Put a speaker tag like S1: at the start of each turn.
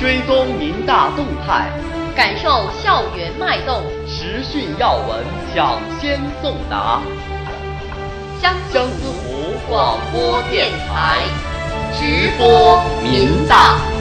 S1: 追踪民大动态，
S2: 感受校园脉动，
S1: 时讯要闻抢先送达。
S2: 相
S1: 江苏湖
S2: 广播电台，
S1: 直播民大。